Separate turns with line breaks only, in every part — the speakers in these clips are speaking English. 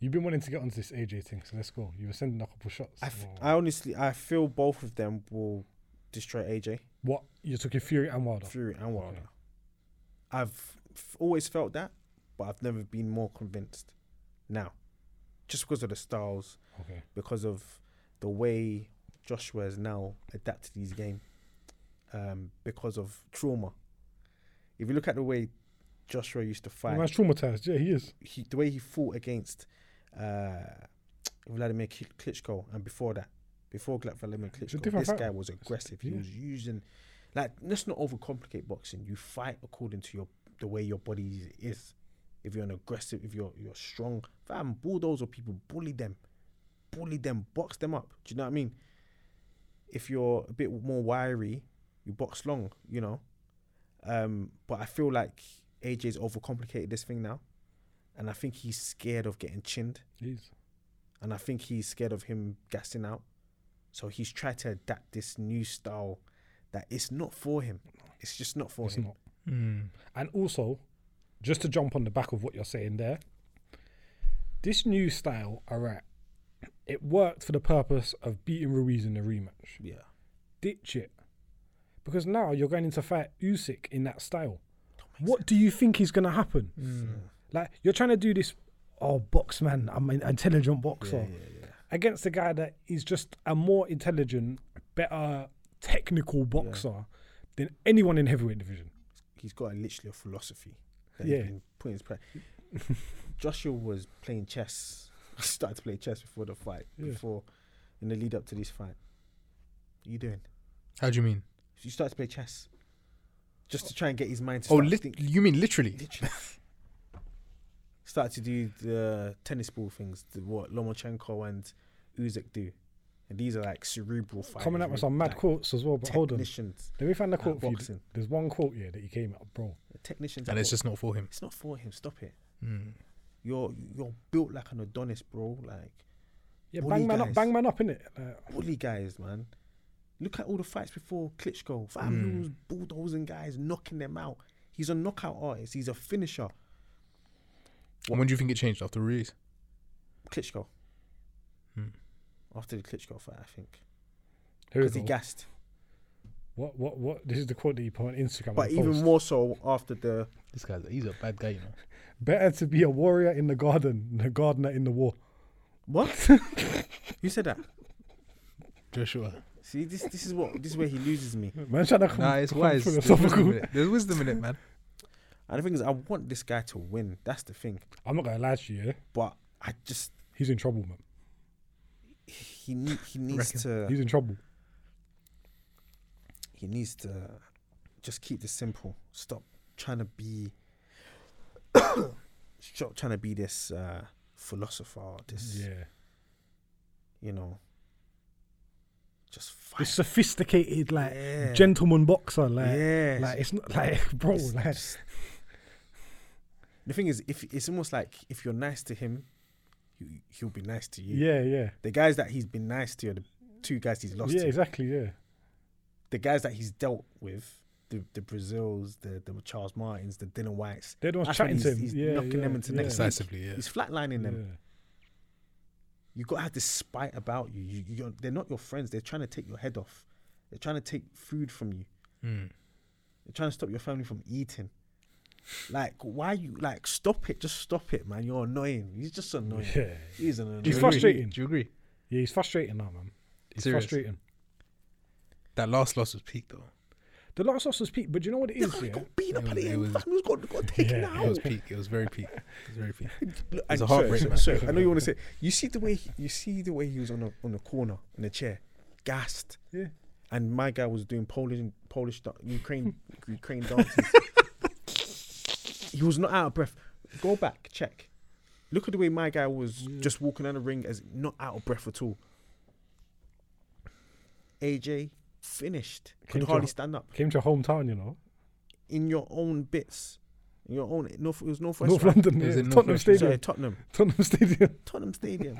You've been wanting to get onto this AJ thing, so let's go. You were sending a couple shots.
I, f-
Well,
I honestly, I feel both of them will destroy AJ,
what you took your Fury and Wilder.
Fury, and Wilder.
Okay.
I've f- always felt that, but I've never been more convinced. Now, just because of the styles,
Okay.
because of the way Joshua has now adapted his game, um, because of trauma. If you look at the way Joshua used to
The
fight,
man's traumatized. Yeah, he is.
he, the way he fought against uh, Vladimir Ki- Klitschko, and before that, before Gla- Vladimir
It's a
Klitschko,
different
this
fighter.
guy was aggressive. He
yeah.
was using, like, let's not overcomplicate boxing. You fight according to your the way your body is. If you're an aggressive, if you're you're strong, fam, bulldozer people, bully them, bully them, box them up. Do you know what I mean? If you're a bit more wiry, you box long. You know, um, but I feel like AJ's overcomplicated this thing now. And I think he's scared of getting chinned.
He is.
And I think he's scared of him gassing out. So he's tried to adapt this new style that it's not for him. It's just not for
It's
him.
not. And also, just to jump on the back of what you're saying there, this new style, all right, it worked for the purpose of beating Ruiz in the rematch.
Yeah.
Ditch it. Because now you're going to fight Usyk in that style. What do you think is going to happen? Like, you're trying to do this, oh, box man, I'm an intelligent boxer, against a guy that is just a more intelligent, better technical boxer than anyone in heavyweight division.
He's got a, literally a philosophy that
Yeah.
he's been putting his pra- Joshua was playing chess. He started to play chess before the fight, before in the lead up to this fight. What you doing?
How do you mean?
You started to play chess. Just to try and get his mind to
Oh,
start
lit
think-
you mean literally?
Literally. Started to do the tennis ball things, the, what Lomachenko and Uzik do. And these are like cerebral fighters.
Coming up with
with
some mad
like,
quotes as well, but hold on.
Technicians.
Let me find the quote for you.
boxing.
There's one quote here that he came up, bro.
Technicians.
And
are
it's
what-
just not for him.
It's not for him. Stop it.
Mm.
You're you're built like an Adonis, bro. Like
Yeah,
Bully
bang man up,
guys.
bang man up, innit? Like,
bully guys, man. Look at all the fights before Klitschko. Fam, he
Hmm.
was bulldozing guys, knocking them out. He's a knockout artist. He's a finisher.
And when do you think it changed after Ruiz?
Klitschko.
Hmm.
After the Klitschko fight, I think,
here we
because
go.
he gassed.
what, what, what? This is the quote that he put on Instagram.
But
and
even
post.
more so after the
This guy's he's a bad guy, you know.
better to be a warrior in the garden than a gardener in the war.
what? you said that.
Joshua.
See, this this is what this is where he loses me.
Man, trying to come,
Nah, it's
come
wise. There's wisdom, in
philosophical.
it. There's wisdom in it, man.
And the thing is, I want this guy to win. That's the thing.
I'm not gonna lie to you. Yeah?
But I just
He's in trouble, man.
he need, he needs
He's
to
in trouble.
he needs to just keep this simple. Stop trying to be stop trying to be this uh, philosopher. This
Yeah,
you know, just fight.
this sophisticated, like
Yeah.
gentleman boxer, like,
Yes.
like it's not like, bro,
It's
like,
just- the thing is, if it's almost like if you're nice to him, he, he'll be nice to you.
yeah, yeah,
The guys that he's been nice to are the two guys he's lost
yeah,
to.
exactly, yeah.
The guys that he's dealt with, the the Brazils, the the Charles Martins, the Dylan Whites.
They're the ones
That's when
chatting to
he's-
him.
he's
yeah,
knocking
yeah,
them into
yeah.
next level.
Decisively, yeah.
He's flatlining them.
Yeah.
You gotta have this spite about you. you you're, they're not your friends. They're trying to take your head off. They're trying to take food from you.
Mm.
They're trying to stop your family from eating. Like, why you like stop it? Just stop it, man. You're annoying. He's just annoying.
Yeah.
He's an
He's
annoying.
Do you agree?
frustrating.
Do you agree?
Yeah, he's frustrating now, man. He's
Serious.
frustrating.
That last loss was peak though.
The last loss was peak, but do you know what it is?
He
Yeah?
got beat up
It
at
was-
the
it
end.
was-
fam. He got, got taken
Yeah,
It was
out.
peak. It was very peak. It was very peak.
Look,
was
and
a heartbreak
sorry,
match.
sorry, sorry, I know you want to say. You see the way you see the way he was on the on the corner in the chair, gassed.
Yeah.
And my guy was doing Polish Polish da- Ukraine Ukraine dances. he was not out of breath. Go back, check. Look at the way my guy was just walking down the ring as not out of breath at all. AJ finished.
Came
Could
to
hardly
a-
stand up
Came to your hometown, you know,
in your own bits. In your own North it was Northwest.
North
right?
London,
It was
yeah,
in North
Tottenham
West,
Stadium.
Sorry, Tottenham.
Tottenham Stadium.
Tottenham Stadium.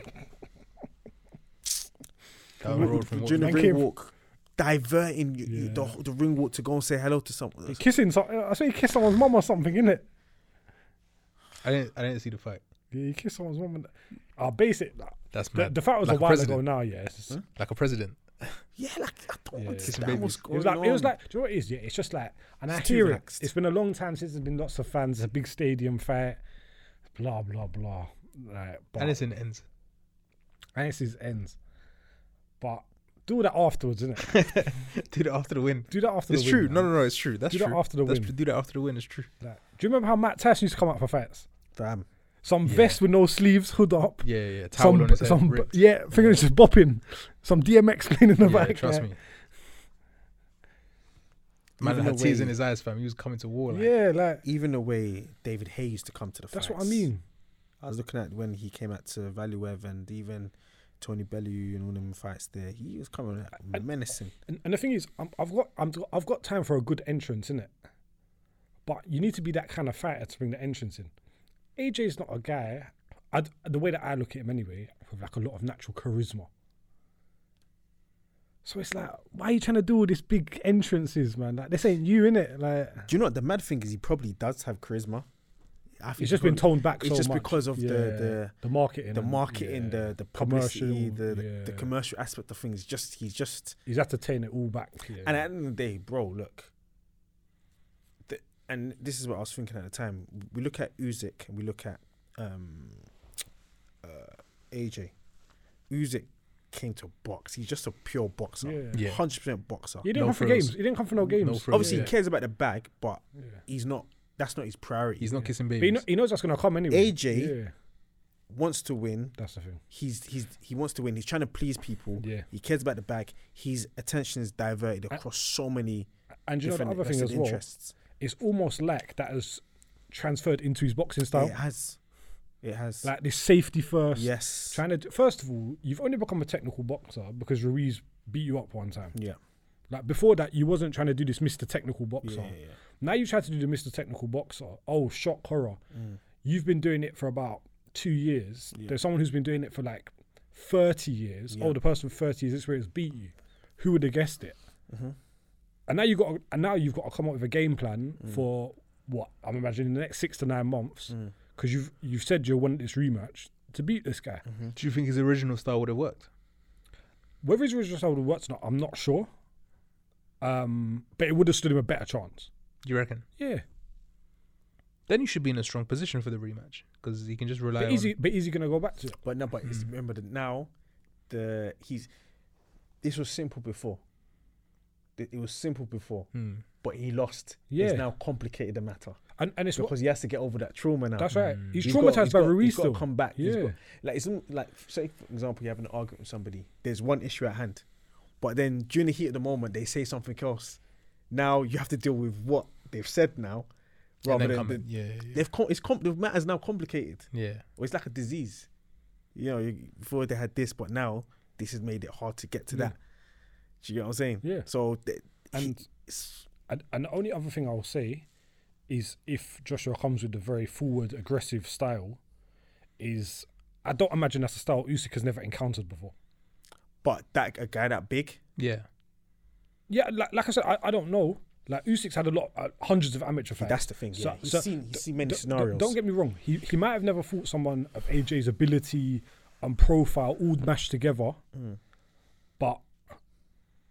Down the road from
During the
Man
what?
ring
came-
walk, diverting you, you- the,
Yeah.
the ring walk to go and say hello to someone.
He's kissing. So- I swear he kissed someone's mum or something, innit?
I didn't. I didn't see the fight.
Yeah, you kiss someone's mum. and- I'll base it.
That's
The,
mad.
the fact was
Like
a
a
while ago
president.
now. Yeah, it's just-
Like a president.
Yeah, like I don't
Yeah.
understand
Kissing
what's
babies.
it
going
was like it was
on.
like. Do you know what it is? Yeah, it's just like, and I
It's too
hear
relaxed.
it. It's been a long time since there's been lots of fans. A big stadium fight. Blah blah blah. Like, but,
And it's in ends.
and it's his ends. But do that afterwards, innit?
Do that after the win.
Do that after
It's
the
true.
Win,
No,
man.
no, no. It's true. That's
Do that
true.
after the
That's
win.
true. Do that after the win. It's true.
Like, do you remember how Matt Tyson used to come out for fights?
Damn.
Some
Yeah.
vest with no sleeves, hood up.
Yeah, yeah. yeah. Towel
Some,
on his head.
some,
ripped.
yeah, fingers just bopping. Some DMX cleaning the
yeah,
back.
trust
like,
me. Man
Even
had
the
tears
way-
in his eyes, fam. He was coming to war. Like,
Yeah, like
Even the way David Hay used to come to the
that's what I
fights.
mean.
I was looking at when he came out to Valuev and even Tony Bellew and all them fights there. He was coming out menacing.
And, and the thing is, I'm, I've got I'm, I've got time for a good entrance in it, but you need to be that kind of fighter to bring the entrance in. AJ's not a guy. I'd, the way that I look at him, anyway, with like a lot of natural charisma. So it's like, why are you trying to do all these big entrances, man? Like this ain't you, innit? Like
Do you know what the mad thing is? He probably does have charisma. I think
it's
he
just been
probably-
toned back.
it's
so
just
much.
because of the-
Yeah,
the-
the marketing,
the
and-
marketing,
yeah.
the the publicity,
Commercial,
the the, the
yeah.
commercial aspect of things. Just he's just
He's had to turn it all back. Yeah.
and at the end of the day, bro, look. The, and this is what I was thinking at the time. We look at Uzik and we look at um, uh, AJ. Uzik came to box. He's just a pure boxer,
yeah.
Yeah.
hundred percent boxer.
He didn't
No
come for
frills.
games. He didn't come for no games.
frills.
Obviously,
yeah.
he cares about the bag, but
Yeah.
he's not. That's not his priority.
He's not kissing
But he,
babies.
kno- he knows that's gonna come anyway.
AJ.
yeah,
wants to win.
that's the thing.
He's he's he wants to win. He's trying to please people.
Yeah,
He cares about the bag. His attention is diverted
I-
across so many
and do you know the
different
other thing
vested
as well?
interests.
It's almost like that has transferred into his boxing style,
It has, it has.
like this safety first.
yes.
trying to do, first of all, you've only become a technical boxer because Ruiz beat you up one time.
yeah.
Like before that, you wasn't trying to do this Mr. Technical
Yeah,
Boxer.
yeah, yeah.
Now you try to do the Mr. Technical Boxer. Oh, shock horror! You've been doing it for about two years. There's someone who's been doing it for like thirty years.
Yeah.
Oh, the person with thirty years experience beat you. Who would have guessed it? And now you got and now you've got to come up with a game plan for what I'm imagining the next six to nine months because you've you've said you want this rematch to beat this guy.
Do you think his original style would have worked?
Whether his original style works or not, I'm not sure. Um, but it would have stood him a better chance.
You reckon?
Yeah,
Then you should be in a strong position for the rematch because he can just rely
but
on.
is he, but is he going to go back to it?
But no, but
Hmm.
it's, remember that now, the he's. This was simple before. It it was simple before,
Hmm.
but he lost.
Yeah.
It's now complicated the matter
And and it's what-
because he has to get over that trauma now.
That's right. He's,
He's
traumatized
got- he's
by
got-
Ruiz
He's got
still.
to come back. He's
Yeah.
got- like isn't like say for example you have an argument with somebody. There's one issue at hand, but then during the heat of the moment they say something else. Now you have to deal with what they've said now,
and
rather
then
than
come
the,
in. yeah, yeah,
they've com- it's com- the matter's now complicated
yeah. yeah.
or it's like a disease. You know, you- before they had this, but now this has made it hard to get to
Yeah.
that. Do you get what I'm saying?
Mm. Yeah.
So th-
And-
he- it's-
And, and the only other thing I'll say is if Joshua comes with a very forward, aggressive style, is I don't imagine that's a style Usyk has never encountered before.
but that a guy that big,
Yeah, like, like I said, I, I don't know. Like Usyk's had a lot, uh, hundreds of amateur fights.
that's the thing. Yeah,
So-
he's
so
seen he's seen many
D- d-
scenarios.
Don't get me wrong. He he might have never fought someone of AJ's ability and profile all mashed together,
Mm.
but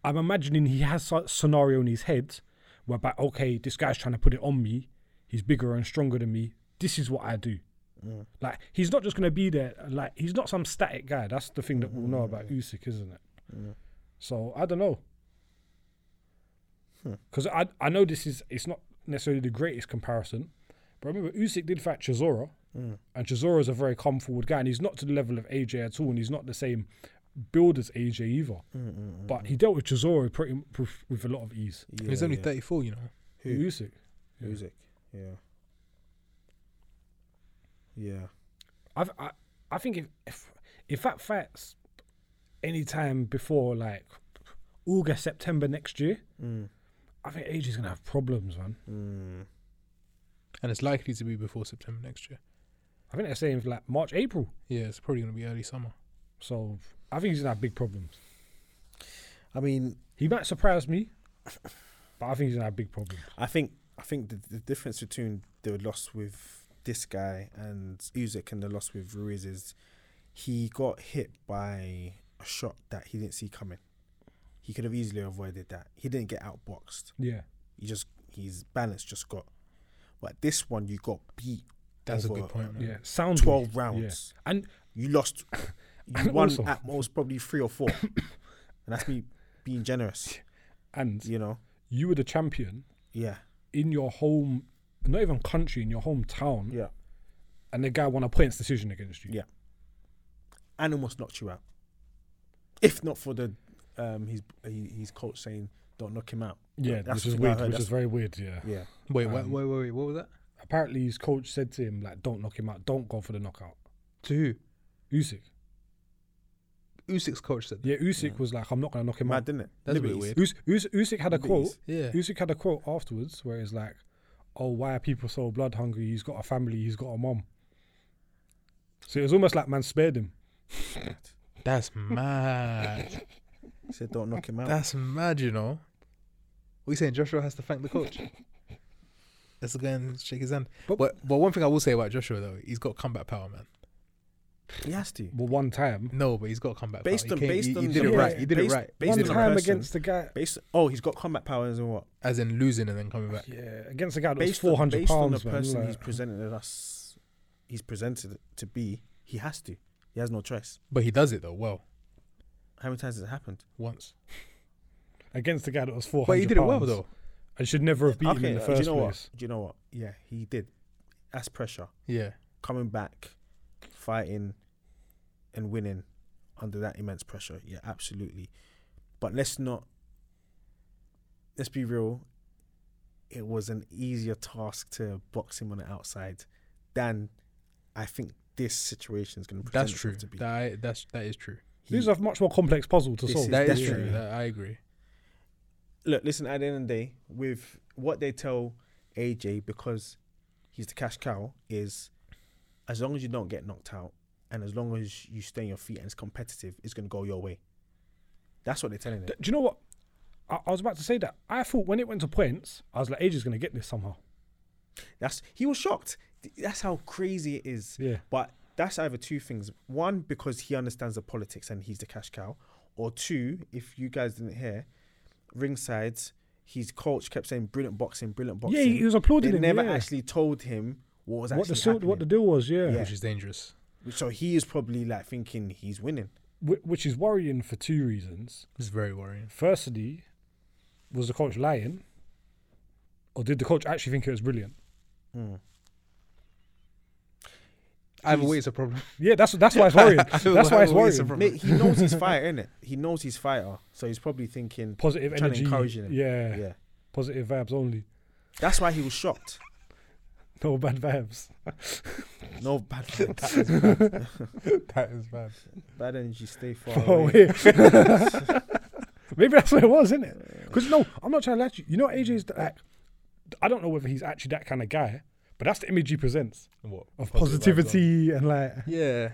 I'm imagining he has a scenario in his head whereby okay, this guy's trying to put it on me. He's bigger and stronger than me. This is what I do.
Mm.
Like he's not just gonna be there. Like he's not some static guy. That's the thing that we'll know about
Mm-hmm.
Usyk, isn't it?
Mm.
So I don't know.
Hmm.
Because I I know this is it's not necessarily the greatest comparison, but remember Usyk did fight Chisora, and Chisora's a very calm forward guy, and he's not to the level of AJ at all, and he's not the same build as AJ either.
Mm.
But he dealt with Chisora pretty m- with- with a lot of ease.
yeah,
He's only
yeah.
34, you know.
Who?
Usyk, Yeah.
Music. Yeah. Yeah.
I've, I I think if if if that fights any time before like August September next year,
Mm.
I think AJ's gonna have problems, man.
Mm.
And it's likely to be before September next year.
I think they're saying like March April,
Yeah, it's probably going to be early summer.
so I think he's gonna have big problems.
I mean,
He might surprise me, but I think he's gonna have big problems.
I think I think the, the difference between the loss with this guy and Usyk and the loss with Ruiz is he got hit by a shot that he didn't see coming. He could have easily avoided that. He didn't get outboxed.
Yeah.
He just his balance just got. But this one you got beat.
That's a
over
good point. Man.
Yeah. Sound
Twelve rounds.
And
You lost. You
And
won
also-
at most probably three or four, and that's me being generous.
and
You know.
you were the champion
Yeah.
in your home, not even country, in your hometown,
Yeah.
and the guy won a points decision against you.
Yeah. and almost knocked you out. If not for the um, his he- his coach saying don't knock him out.
Yeah,
That's
which is
what I
weird.
heard,
Which is very weird. Yeah.
Yeah,
Wait, wait,
Um,
wait, wait, wait. What was that?
Apparently, his coach said to him like, "Don't knock him out. Don't go for the knockout."
To who?
Usyk.
Usyk's coach said. That.
Yeah, Usyk was like, "I'm not gonna knock him
mad,
out."
didn't it?
That's a bit
Liberties.
weird.
Us- Us- Usyk had a quote.
Liberties.
Yeah.
Usyk had a quote afterwards where he's like, "Oh, why are people so blood hungry? He's got a family. He's got a mom." So it was almost like man spared him.
That's mad.
He said don't knock him out.
That's mad. You know. What are you saying? Joshua has to thank the coach. Let's go and shake his hand.
But-
But, but one thing I will say about Joshua though, he's got combat power, man.
he has to.
Well, one time,
No, but he's got combat
Based
power.
on
He came-
based
he,
on
he did
the
it right.
person-
He did it
based-
right.
Based
one
on the
time
person-
against the guy.
Based oh he's got combat powers and what?
As in losing and then coming back.
Yeah, against a guy that was
Based
four
on,
hundred
based on the
pounds. man,
person
like-
he's presented us, he's presented to be. He has to. He has no choice.
But he does it though well
How many times has it happened?
once.
against the guy that was four hundred.
But he did it well though.
and should never have beaten him in the
uh,
first
do you know
place.
what? Do you know what? Yeah, he did. That's pressure.
Yeah.
coming back, fighting, and winning under that immense pressure. Yeah, absolutely. But let's not. Let's be real. It was an easier task to box him on the outside than I think this situation is going to present
That's true.
itself to be.
That I, that's that is true.
He-
These are much more complex puzzle to
This
solve.
is
That is
definitely-
true.
Yeah.
That, I agree.
look, listen, at the end of the day, with what they tell AJ, because he's the cash cow, is as long as you don't get knocked out and as long as you stay on your feet and it's competitive, it's going to go your way. That's what they're telling him.
Th- Do you know what? I, I was about to say that. I thought when it went to points, I was like, AJ's going to get this somehow.
That's He was shocked. Th- That's how crazy it is.
Yeah.
But that's either two things. One, because he understands the politics and he's the cash cow. Or two, if you guys didn't hear, ringside, his coach kept saying, brilliant boxing, brilliant boxing.
Yeah, he, he was applauding
they
him.
never
yeah.
actually told him what was actually
what the sil-
happening.
what the deal was, yeah.
Yeah.
Which is dangerous.
So he is probably like thinking he's winning.
Wh- which is worrying for two reasons.
It's very worrying.
Firstly, was the coach lying, or did the coach actually think it was brilliant?
Either way, it's a problem.
Yeah, that's that's why it's worrying. that's why it's
Either way, a
worrying.
problem.
Mate, he knows his fighter, innit? He knows his fighter, so he's probably thinking,
Positive
Trying to
energy,
encourage him.
Yeah,
yeah.
positive vibes only.
That's why he was shocked.
No bad vibes.
No bad, that is
that is bad.
bad energy. Stay far
Oh,
away.
yeah. Maybe that's what it was, isn't it? Because no, I'm not trying to lie to you. You know, AJ's th- like, I don't know whether he's actually that kind of guy, but that's the image he presents
What?
of
Positive vibes
positivity and like
only. Yeah.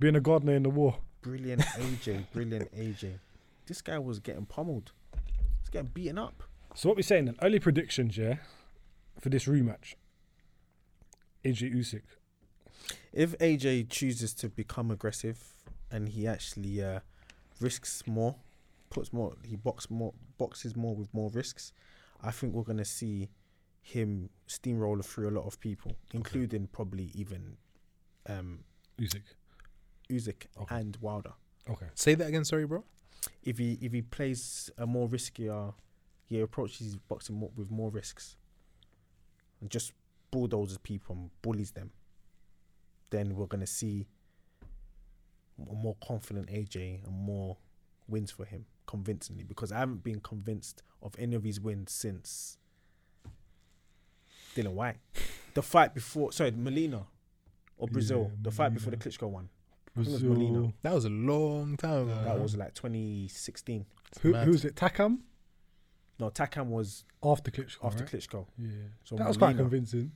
being a gardener in the war.
Brilliant AJ, brilliant AJ. This guy was getting pummeled. He's getting beaten up.
So what we're saying then? Early predictions, yeah, for this rematch. AJ Usyk.
If AJ chooses to become aggressive and he actually uh, risks more, puts more, he box more, boxes more with more risks, I think we're gonna see him steamroller through a lot of people, including probably even um,
Usyk.
Usyk
Okay.
and Wilder.
Okay.
Say that again. Sorry, bro.
If he if he plays a more riskier, he approaches boxing more, with more risks, and just bulldozes people and bullies them, then we're gonna see a more confident AJ and more wins for him convincingly because I haven't been convinced of any of his wins since Dylan White, the fight before sorry Molina or Brazil,
Yeah,
the fight before the Klitschko one. think it was Molina.
That was a long time ago.
That was like 2016.
Who,
Mad.
who's it? Takam
No, Takam was
after Klitschko.
after
right?
Klitschko.
Yeah.
So
that was quite
Molina.
convincing.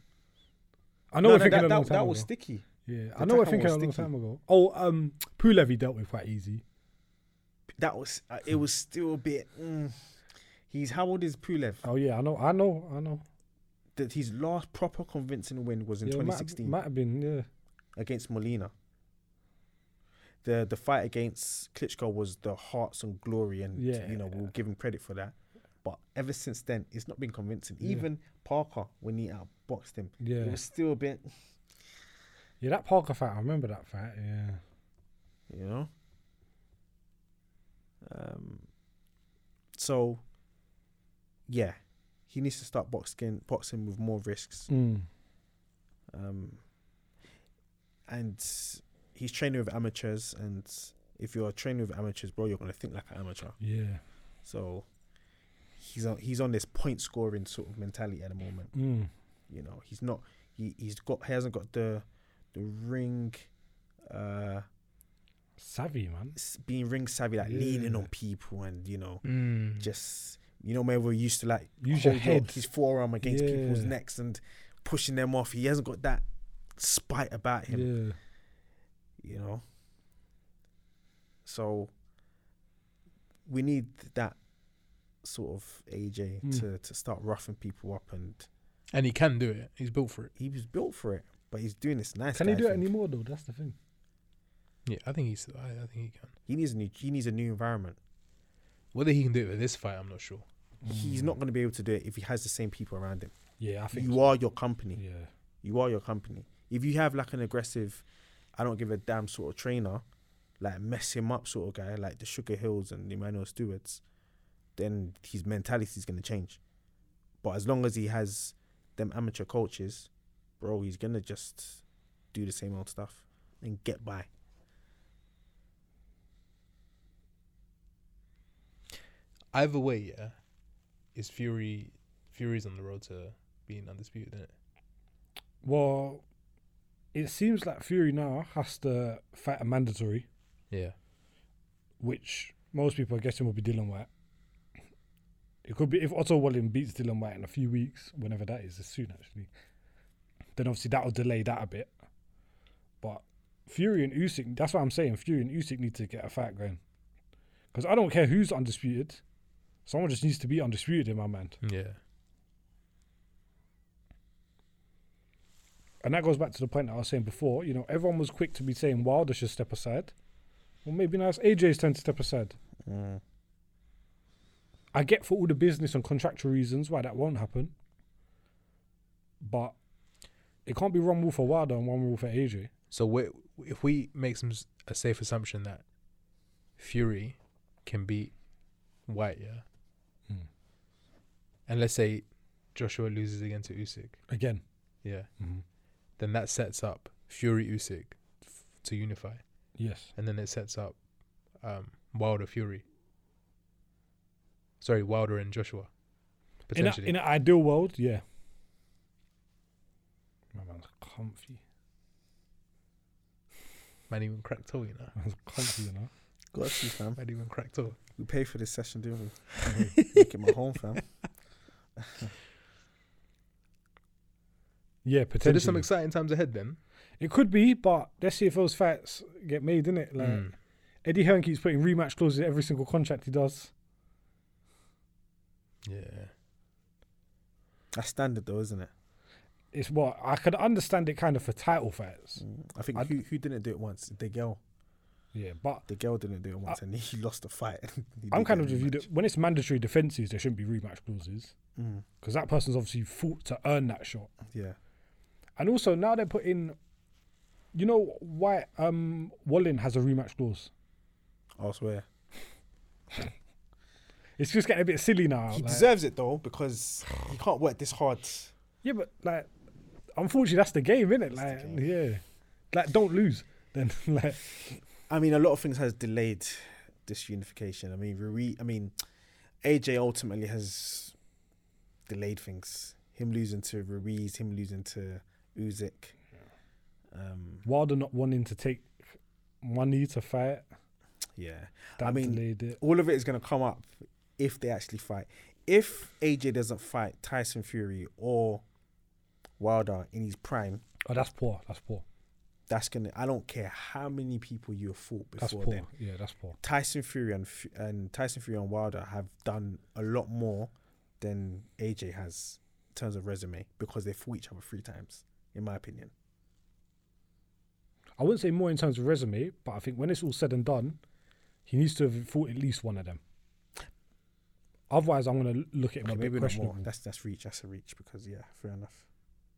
I know
No,
we're
no,
thinking
that,
a long
that,
time
that was
ago.
sticky.
Yeah, I
The
know we're
Takam
thinking a
was
long
sticky.
time ago. Oh, um, Pulev he dealt with quite easy.
That was uh, it was still a bit. Mm, he's how old is Pulev?
Oh yeah, I know, I know, I know.
that his last proper convincing win was in
Yeah, it might have-
2016
Might have been, yeah.
against Molina. The the fight against Klitschko was the hearts and glory, and
Yeah.
you know we'll give him credit for that. But ever since then, it's not been convincing.
Yeah.
Even Parker, when he outboxed him,
Yeah.
it was still a bit,
Yeah, that Parker fight, I remember that fight, yeah.
you know. Um. So. Yeah, he needs to start boxing boxing with more risks.
Mm.
um, and he's training with amateurs and if you're training with amateurs bro you're going to think like an amateur
Yeah.
so he's on he's on this point scoring sort of mentality at the moment
Mm.
you know he's not he, he's got he hasn't got the the ring uh
Savvy, man.
s- being ring savvy like leaning
Yeah.
on people and you know
Mm.
just you know maybe we're used to like
Use your
hold
head.
his forearm against people's
Yeah.
necks and pushing them off he hasn't got that spite about him
Yeah.
you know. So we need that sort of AJ
Mm.
to, to start roughing people up, and
And he can do it. He's built for it.
he was built for it, but he's doing this nice.
Can he
guy
do it
thing.
anymore, though? That's the thing.
Yeah, I think he's. I, I think he can.
He needs a new. He needs a new environment.
Whether he can do it with this fight, I'm not sure.
Hmm.
He's not going to be able to do it if he has the same people around him.
Yeah, I think.
You
so.
are your company.
Yeah.
You are your company. If you have like an aggressive, I don't give a damn sort of trainer, like mess him up sort of guy, like the Sugar Hills and Emmanuel Stewart's, then his mentality is going to change. But as long as he has them amateur coaches, bro, he's going to just do the same old stuff and get by.
Either way, yeah, is Fury. Fury's on the road to being undisputed, isn't it?
Well, it seems like Fury now has to fight a mandatory,
Yeah.
which most people are guessing will be Dylan White. It could be if Otto Wallin beats Dylan White in a few weeks, whenever that is, it's soon actually. Then obviously that'll delay that a bit. But Fury and Usyk, that's what I'm saying. Fury and Usyk need to get a fight going, because I don't care who's undisputed. Someone just needs to be undisputed in my mind,
Yeah.
and that goes back to the point that I was saying before. You know, everyone was quick to be saying Wilder should step aside. Well, maybe now it's AJ's turn to step aside.
Mm.
I get for all the business and contractual reasons why that won't happen, but it can't be one rule for Wilder and one rule for AJ.
So we, if we make some s- a safe assumption that Fury can beat White, yeah,
Hmm.
and let's say Joshua loses again to Usyk,
Again,
yeah,
Mhm.
then that sets up Fury Usyk f- to unify,
yes,
and then it sets up um, Wilder Fury. Sorry, Wilder and Joshua.
in, a,
Potentially,
in an ideal world, yeah. My man's comfy.
might even crack toe, you know,
Man's comfy, you know.
Got you, fam.
might even crack toe.
We pay for this session, didn't we? Make it my home, fam.
Yeah,
So there's some
potentially.
exciting times ahead then.
it could be, but let's see if those fights get made, innit? Like
Mm.
Eddie Hearn keeps putting rematch clauses in every single contract he does.
Yeah.
That's standard though, isn't it?
It's what I could understand it kind of for title fights.
I think
I'd-
who, who didn't do it once? The girl.
Yeah, but
The girl didn't do it once, and he lost the fight. He
Uh, I'm kind
did get
of the view
rematch.
that when it's mandatory defences, there shouldn't be rematch clauses
Mm,
because that person's obviously fought to earn that shot.
yeah.
And also now they're putting, you know, why um Wallin has a rematch clause.
elsewhere.
It's just getting a bit silly now.
He
like-
deserves it though because he can't work this hard.
yeah, but like, unfortunately, that's the game, isn't it? Like, yeah, like don't lose. Then like,
I mean, a lot of things has delayed this unification. I mean, Rui, I mean, AJ ultimately has delayed things. Him losing to Ruiz, him losing to Uzik. Um,
Wilder not wanting to take money to fight.
yeah,
That
I mean,
delayed it.
all of it is going to come up if they actually fight. If AJ doesn't fight Tyson Fury or Wilder in his prime,
Oh, that's poor. That's poor.
that's gonna. I don't care how many people you have fought before
That's poor.
then.
Yeah, that's poor.
Tyson Fury and F- and Tyson Fury and Wilder have done a lot more than AJ has. terms of resume because they fought each other three times, in my opinion.
I wouldn't say more in terms of resume, but I think when it's all said and done, he needs to have fought at least one of them. Otherwise, I'm going to look at him
Okay,
a bit
maybe not more.
questionable.
That's that's reach. That's a reach because yeah, fair enough.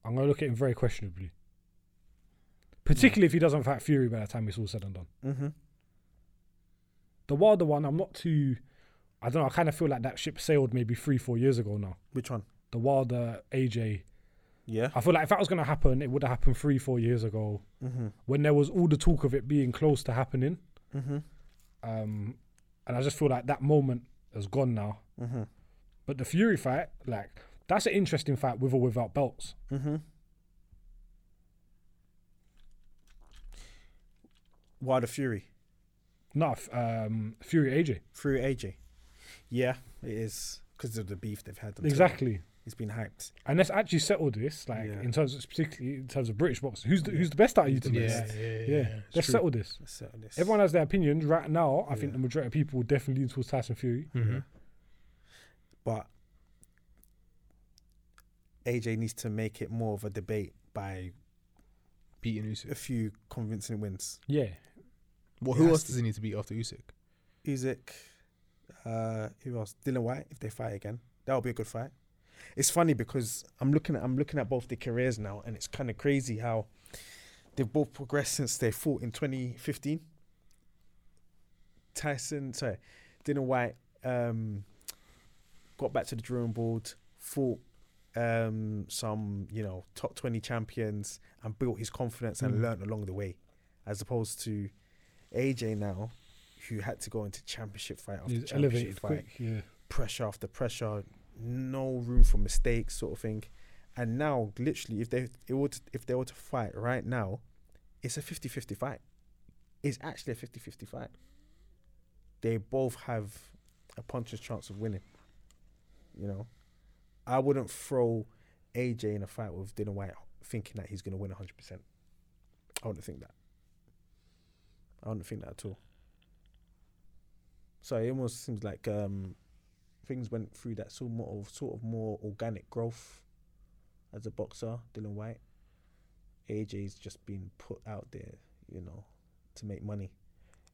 I'm going to look at him very questionably.
Hmm.
Particularly if he doesn't fight Fury by the time it's all said and done.
Mm-hmm.
The Wilder one, I'm not too. I don't know. I kind of feel like that ship sailed maybe three, four years ago now.
Which one?
The Wilder AJ.
Yeah.
I feel like if that was going to happen, it would have happened three, four years ago
Mm-hmm.
when there was all the talk of it being close to happening.
Mm-hmm.
Um, and I just feel like that moment has gone now.
Mm-hmm.
But the Fury fight, like, that's an interesting fight with or without belts.
Mm-hmm. Wilder Fury
No, um, Fury AJ.
through AJ. Yeah, it is because of the beef they've had. until
Exactly.
It's been hyped.
And let's actually settle this, like
Yeah.
in terms, of, particularly in terms of British boxing. Who's the,
Yeah.
who's the best out of you
Who's
two?
the
Yeah,
guys?
yeah,
best?
yeah.
Yeah.
yeah.
Let's settle this.
Let's settle this.
Everyone has their opinions right now. I think
Yeah.
the majority of people would definitely lean towards Tyson Fury.
hmm
but AJ needs to make it more of a debate by
Beating
a
Usyk.
few convincing wins.
Yeah,
Well,
It
who
has
else
to-
does he need to beat after Usyk?
Usyk, uh, who else? Dylan White. If they fight again, that would be a good fight. It's funny because I'm looking at I'm looking at both the careers now, and it's kind of crazy how they've both progressed since they fought in 2015. Tyson, sorry, Dylan White um, got back to the drawing board, fought um, some you know top 20 champions, and built his confidence and
Mm.
learned along the way, as opposed to AJ now, who had to go into championship fight after
he's
championship
elevated
fight
quick. Yeah,
pressure after pressure, no room for mistakes, sort of thing. And now, literally, if they it would if they were to fight right now, it's a 50-50 fight. It's actually a 50-50 fight. They both have a puncher's chance of winning. You know, I wouldn't throw AJ in a fight with Dylan White thinking that he's going to win 100%. I wouldn't think that. I wouldn't think that at all. So it almost seems like um, things went through that sort of sort of more organic growth as a boxer, Dylan White. AJ's just been put out there, you know, to make money.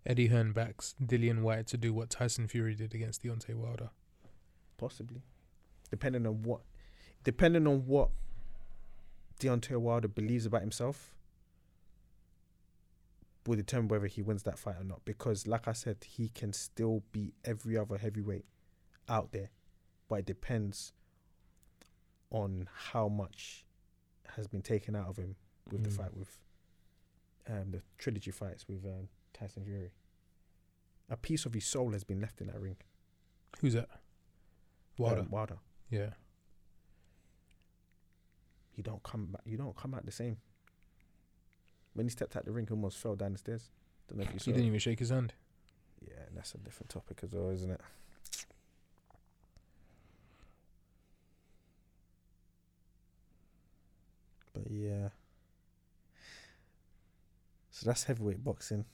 Eddie Hearn backs Dillian White to do what Tyson Fury did against Deontay Wilder.
possibly, depending on what, depending on what Deontay Wilder believes about himself, will determine whether he wins that fight or not. Because, like I said, he can still beat every other heavyweight out there, but it depends on how much has been taken out of him with the
Mm.
fight with um, the trilogy fights with um, Tyson Fury. A piece of his soul has been left in that ring.
Who's that? Wilder.
Um, Wilder.
yeah.
you don't come back. You don't come out the same. When he stepped out the ring, he almost fell down the stairs. Don't know if you
He
saw.
didn't
it.
even shake his hand.
Yeah, and that's a different topic as well, isn't it? But yeah. So that's heavyweight boxing.